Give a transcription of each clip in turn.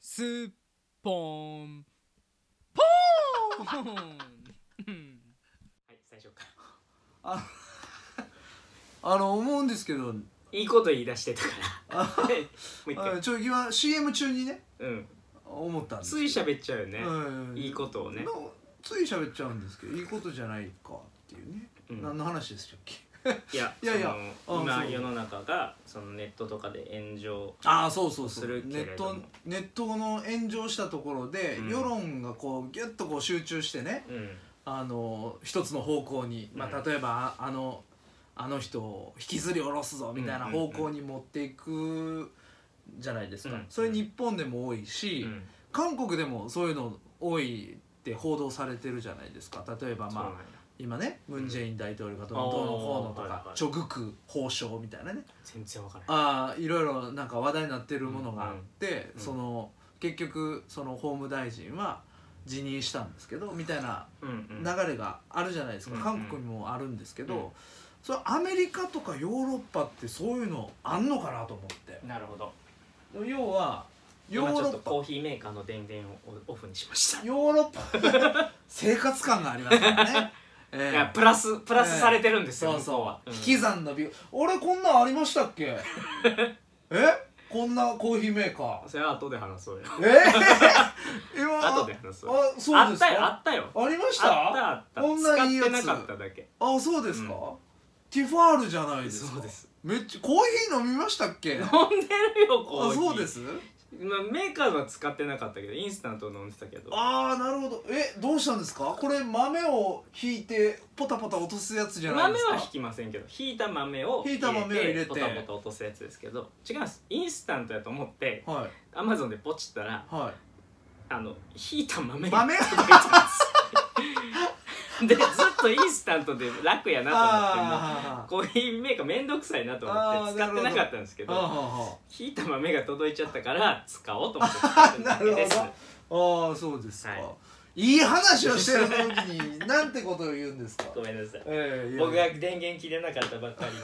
スッポーンポーンはい最初からあの思うんですけどいいこと言い出してたからもう一あ回ちょ今 CM 中にねうん思ったんですつい喋っちゃうよねうんいいことをねのつい喋っちゃうんですけどいいことじゃないかっていうね、うん何の話でしたっ けいやいやいやそのあ今そう世の中がそのネットとかで炎上ああそうそうするけネれッどもトネットの炎上したところで、うん世論がこうギュッとこう集中してねうんあの一つの方向に、まうんあ、例えばああのあの人を引きずり下ろすぞみたいな方向に持っていくじゃないですか、うんそれ日本でも多いし、うん韓国でもそういうの多いって報道されてるじゃないですか例えばそうなんまあや今ねムン・ジェイン大統領がどううのんどうのこうのとあーはいかはいチョグク法相みたいなね全然わからないあーいろいろなんか話題になってるものがあって、うんその結局その法務大臣は辞任したんですけどみたいなうんうん流れがあるじゃないですか、うん韓国にもあるんですけど、うんそれアメリカとかヨーロッパってそういうのあんのかなと思ってなるほど要はヨ今ちーょロっッとパコーヒーメーカーの電源をオフにしましたヨーロッパ生活感がありますからね、え いえやプラスプラスされてるんですよ向そうこそうはう、ん引き算の美俺こんなんありました っけえこんなコーヒーメーカーそれは後で話そうよえ え今後で話そうよあそうあでっすたよあかったよありましたあったあったこんないいやつ使ってなかっただけあそうですか、うティファールじゃないですかそうですめっちゃコーヒー飲みましたっ けあ飲んでるよコーヒーそうですまあ、メーカーは使ってなかったけどインスタントを飲んでたけどああなるほどえどうしたんですかこれ豆をひいてポタポタ落とすやつじゃないですか豆は引きませんけどひいた豆をひいた豆を入れてポタポタ落とすやつですけど違うんですインスタントやと思ってはアマゾンでポチったらいはあのひいた豆いが 豆届いたんですでずっとインスタントで楽やなと思ってもあコーヒーメーカーめんどくさいなと思あっーて使ってなかったんですけーはあはどあひいた豆が届いちゃったから使おうと 思って使ってだけですなるはああーそうですか、はいい、い話をしてる時になんてことを言うん ですかごめんなさいええいや僕が電源切れなかったばっかりに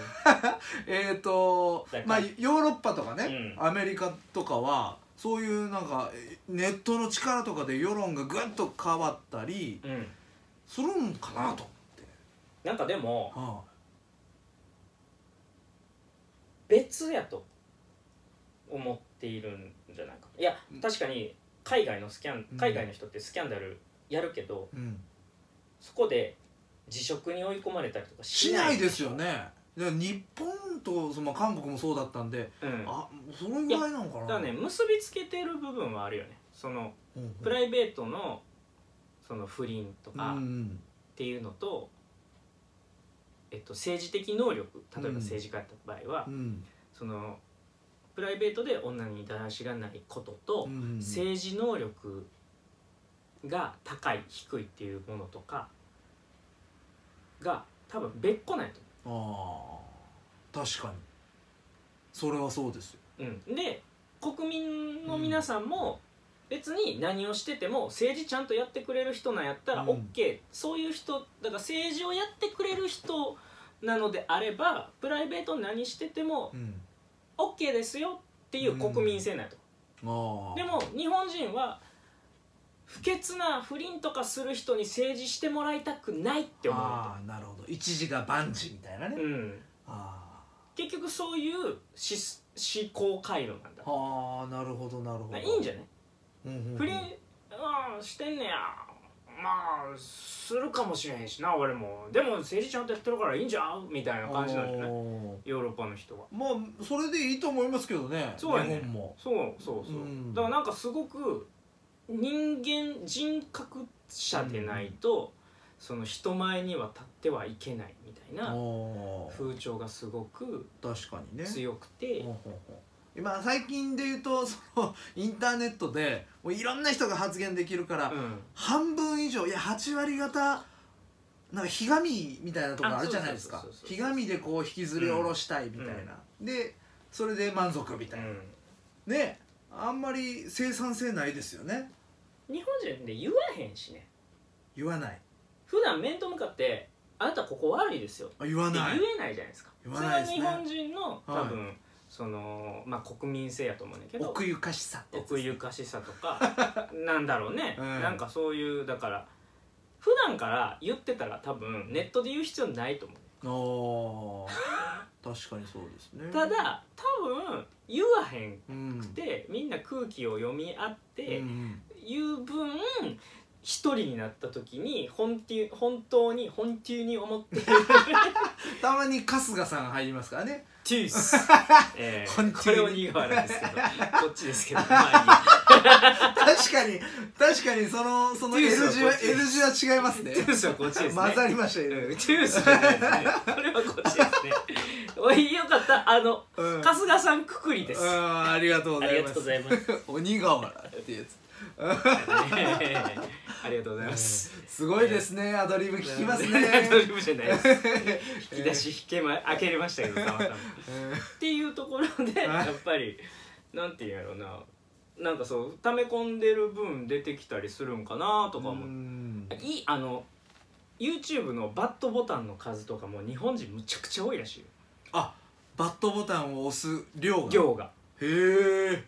えー、とだかまらあヨーロッパとかね、うんアメリカとかはそういうなんかえネットの力とかで世論がぐっと変わったりうんするんかなと、なんかでもは別やと思っているんじゃないかいやうん確かに海外のスキャンうん海外の人ってスキャンダルやるけど、あうん、そこで辞職に追い込まれたりとかししないないですよ、ねで日本とその韓国もそうだったんでうん、だかあそれぐらいなのかならね結びつけてる部分はあるよねそのうんうんプライベートのその不倫とうんうかっんていうのと、えっと、政治的能力例えばうん政治家だった場合は、うんそのプライベートで女にだらしがないことと、うんうん政治能力が高い低いっていうものとかが多分別個ないとあー確かにそれはそうですよ思う、うん、で国民の皆さんも別に何をしてても政治ちゃんとやってくれる人なんやったらう OK、んそういう人だから政治をやってくれる人なのであればプライベート何しててもうん OK ですよっていう国民性なんやとああでも日本人は不潔な不倫とかする人に政治してもらいたくないって思ああなるほど一時が万事みたいなね、うと、うん、あ結局そういうし思考回路なんだーあーなるほどなるほどいいんじゃ、ゃないうんうんうん不倫ああしてんねやまあするかもしれへんしな俺もでも政治ちゃんとやってるからいいんじゃうみたいな感じなんじゃないおーヨーロッパの人はまあそれでいいと思いますけどねそうやね日本もそうそうそう、うんだからなんかすごく人間人格者でないと、その人前には立ってはいけないみたいなおー風潮がすごく確かにね強くて、ほうほうほう今最近で言うとそのインターネットでもういろんな人が発言できるから、うん、半分以上いや8割方なんかひがみみたいなところあるじゃないですあかそうそうそうそうひがみでこう引きずり下ろしたいみたいな、でそれで満足みたいな、ねあんまり生産性ないですよね日本人で言わへんしね言わない普段面と向かって「あなたここ悪いですよ」ってあ言わ言ないえないじゃないですか言わないですねそれは日本人の多分、そのまあ国民性やと思うねんだけど奥ゆかしさってやつ奥ゆかしさとか なんだろうね、うんなんかそういうだから普段から言ってたら多分ネットで言う必要ないと思うあー確かにそうですねた、だ多分言わへんうん、でみんな空気を読み合って、うん言う分一人になった時に本当本当に本当に思ってい るたまに春日さん入りますからねトゥース、 えー本当にこれを苦笑いですけどこっちですけどまあ確かに確かにそのそのデュ L ースは字はこっち L 字は違いますいいね トゥースはこっちですね混ざりましたうんよ、トゥースじゃないですねこれはこっちですねおいよかったあのうん春日さんくくりですああありがとうござりいがとまうごすざいます鬼瓦ってやつありがとうございますすごいですねアドリブ聞きますねドリブじゃないです引き出し引けま開けれましたけどたまたまっていうところではいやっぱりなんていうんやろうななんかそう溜め込んでる分出てきたりするんかなとうかも、んいいあの YouTube のバットボタンの数とかも日本人むちゃくちゃ多いらしいよあバットボタンを押す量が行がへえ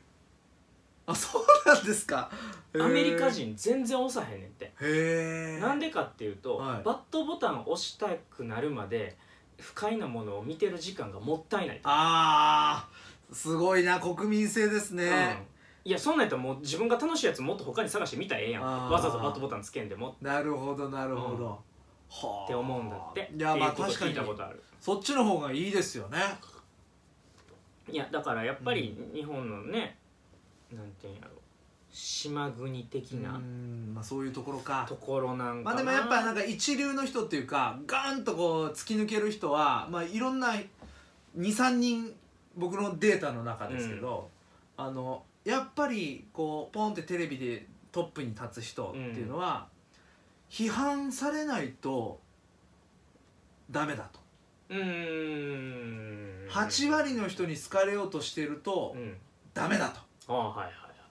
あそうなんですかへーアメリカ人全然押さへんねんってへえなんでかっていうと、はいバットボタン押したくなるまで不快なものを見てる時間がもったいないあーすごいな国民性ですね、うん、いやそんなんやったらもう自分が楽しいやつもっと他に探してみたらええやんあーわざわざバットボタンつけんでもなるほどなるほど、うんはあって思うんだっていやまあっていうこと確か聞いにたことあるそっちの方がいいですよねいやだからやっぱり日本のね、なんていうんやろ島国的うなんまあそういうところかところなんまかな、あでもやっぱなんか一流の人っていうかガーンとこう突き抜ける人はまあいろんな23人僕のデータの中ですけど、あのやっぱりこうポンってテレビでトップに立つ人っていうのは、批判されないとダメだと、うーん8割の人に好かれようとしてるとうんダメだとああはいは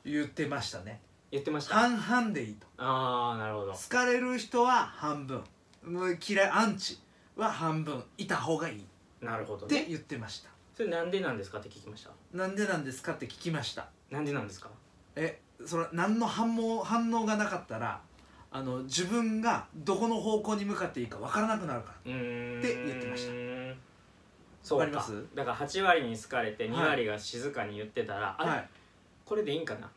い言ってましたね言ってましたあ半々でいいとあーなるほど好かれる人は半分もう嫌いアンチは半分いた方がいいなるほどっねて言ってましたそれなんでなんですかって聞きましたなんでなんですかって聞きましたなんでなんですかえそれ何の反応反応がなかったらあの自分がどこの方向に向かっていいか分からなくなるからうーんって言ってましたそうかわかりますだから8割に好かれて2はい割が静かに言ってたら、あれ、はい、っこれでいいんかな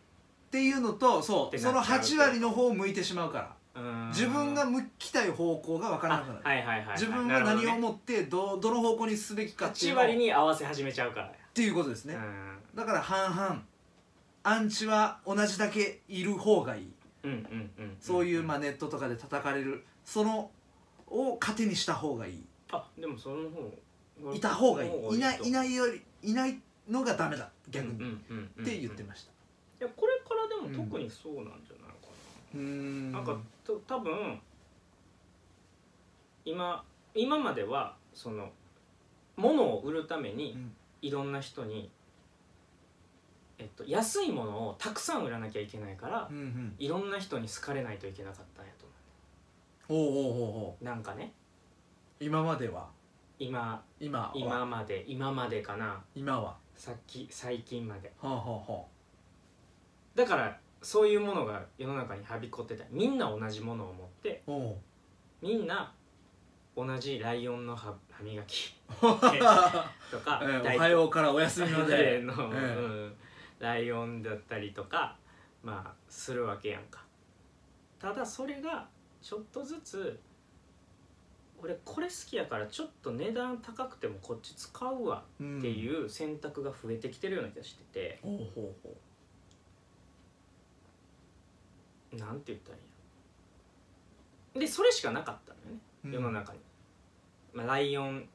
ていうのとそってうなっそちゃうの8割の方を向いてしまうからうーん自分が向きたい方向が分からなくなる、あはいはいはい、はい、自分なはるほど何ねを持ってどどの方向にすべきかっていう8のをっ割に合わせ始めちゃうからていうことですね、だから半々アンチは同じだけいる方がいいうんうんうんうんんそういうまあネットとかで叩かれるそのを糧にした方がいいあでもその方いた方がいいいないいいないよりいないのがダメだ逆に、うんうんうんって言ってましたいやこれからでも特にそうなんじゃないかうーんな、なんかと多分今今まではその物を売るためにうんいろんな人に、えっと、安いものをたくさん売らなきゃいけないから、うんうんいろんな人に好かれないといけなかったんやと思おうおうおうおうなんかねう今までは今今は今まで今までかな今ははさっき最近まであ、はあはだからそういうものが世の中にはびこってたみんな同じものを持ってあ、おうみんな同じライオンの歯歯磨きとか えー大おはようからお休みま大体での、ええうんライオンだったりとかまあするわけやんかただそれがちょっとずつ俺これ好きやからちょっと値段高くてもこっち使うわっってうんいう選択が増えてきてるような気がしてて、おうほうほなんて言ったらいいんやろでそれしかなかったのよねう世の中に、まあ、ライオン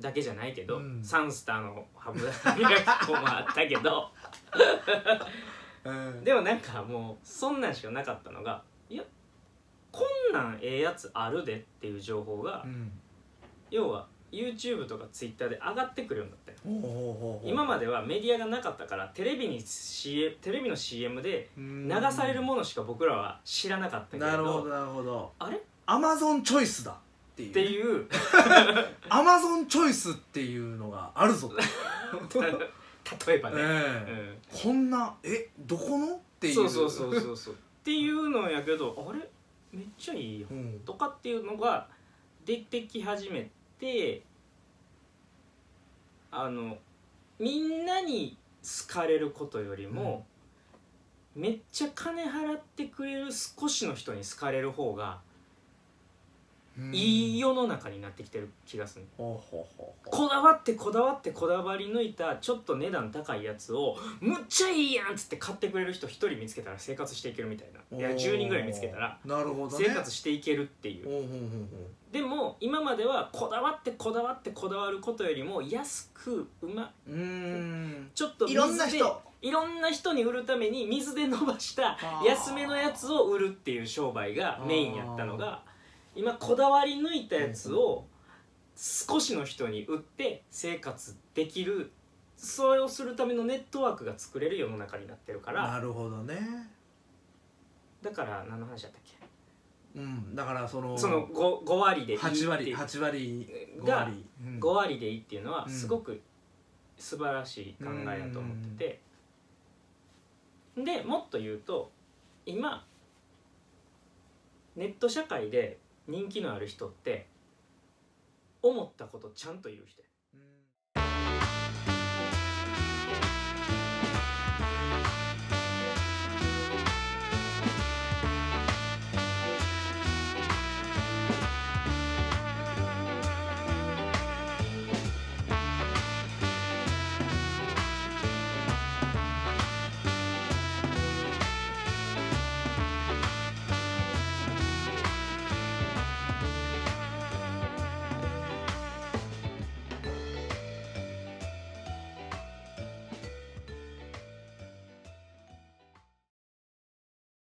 だけじゃないけど、うんサンスターの歯ブラ歯磨き粉もあったけどうんでもなんかもうそんなんしかなかったのがいやこんなんええやつあるでっていう情報が、うん要は YouTube とか Twitter で上がってくるようになったよおうほうほうほう今まではメディアがなかったからテレビに CM テレビの CM でうん流されるものしか僕らは知らなかったけれなるほどどなるほどあれっアマゾンチョイスだっていうて いう アマゾンチョイスっていうのがあるぞとだ例えばね、ええうんこんなえどこのっていうそうそうそうそうそうっていうのやけどあれめっちゃいいやんうんとかっていうのが出てき始めてあのみんなに好かれることよりも、めっちゃ金払ってくれる少しの人に好かれる方がうんいい世の中になってきてる気がする、ほうほうほうほうこだわってこだわってこだわり抜いたちょっと値段高いやつをむっちゃいいやんっつって買ってくれる人1人見つけたら生活していけるみたいないやおー10人ぐらい見つけたらなるほどね生活していけるっていうほうほうほうでも今まではこだわってこだわってこだわることよりも安くうまほううーんちょっといろんな水で人いろんな人に売るために水で伸ばしたあー安めのやつを売るっていう商売がメインやったのが今こだわり抜いたやつを少しの人に売って生活できるそれをするためのネットワークが作れる世の中になってるからなるほどねだから何の話だったっけうんだからそのその 5, 5割でいいって8い割う八割が5割うん5割でいいっていうのはうんすごく素晴らしい考えだと思っててでもっと言うと今ネット社会で人気のある人って思ったことちゃんと言う人や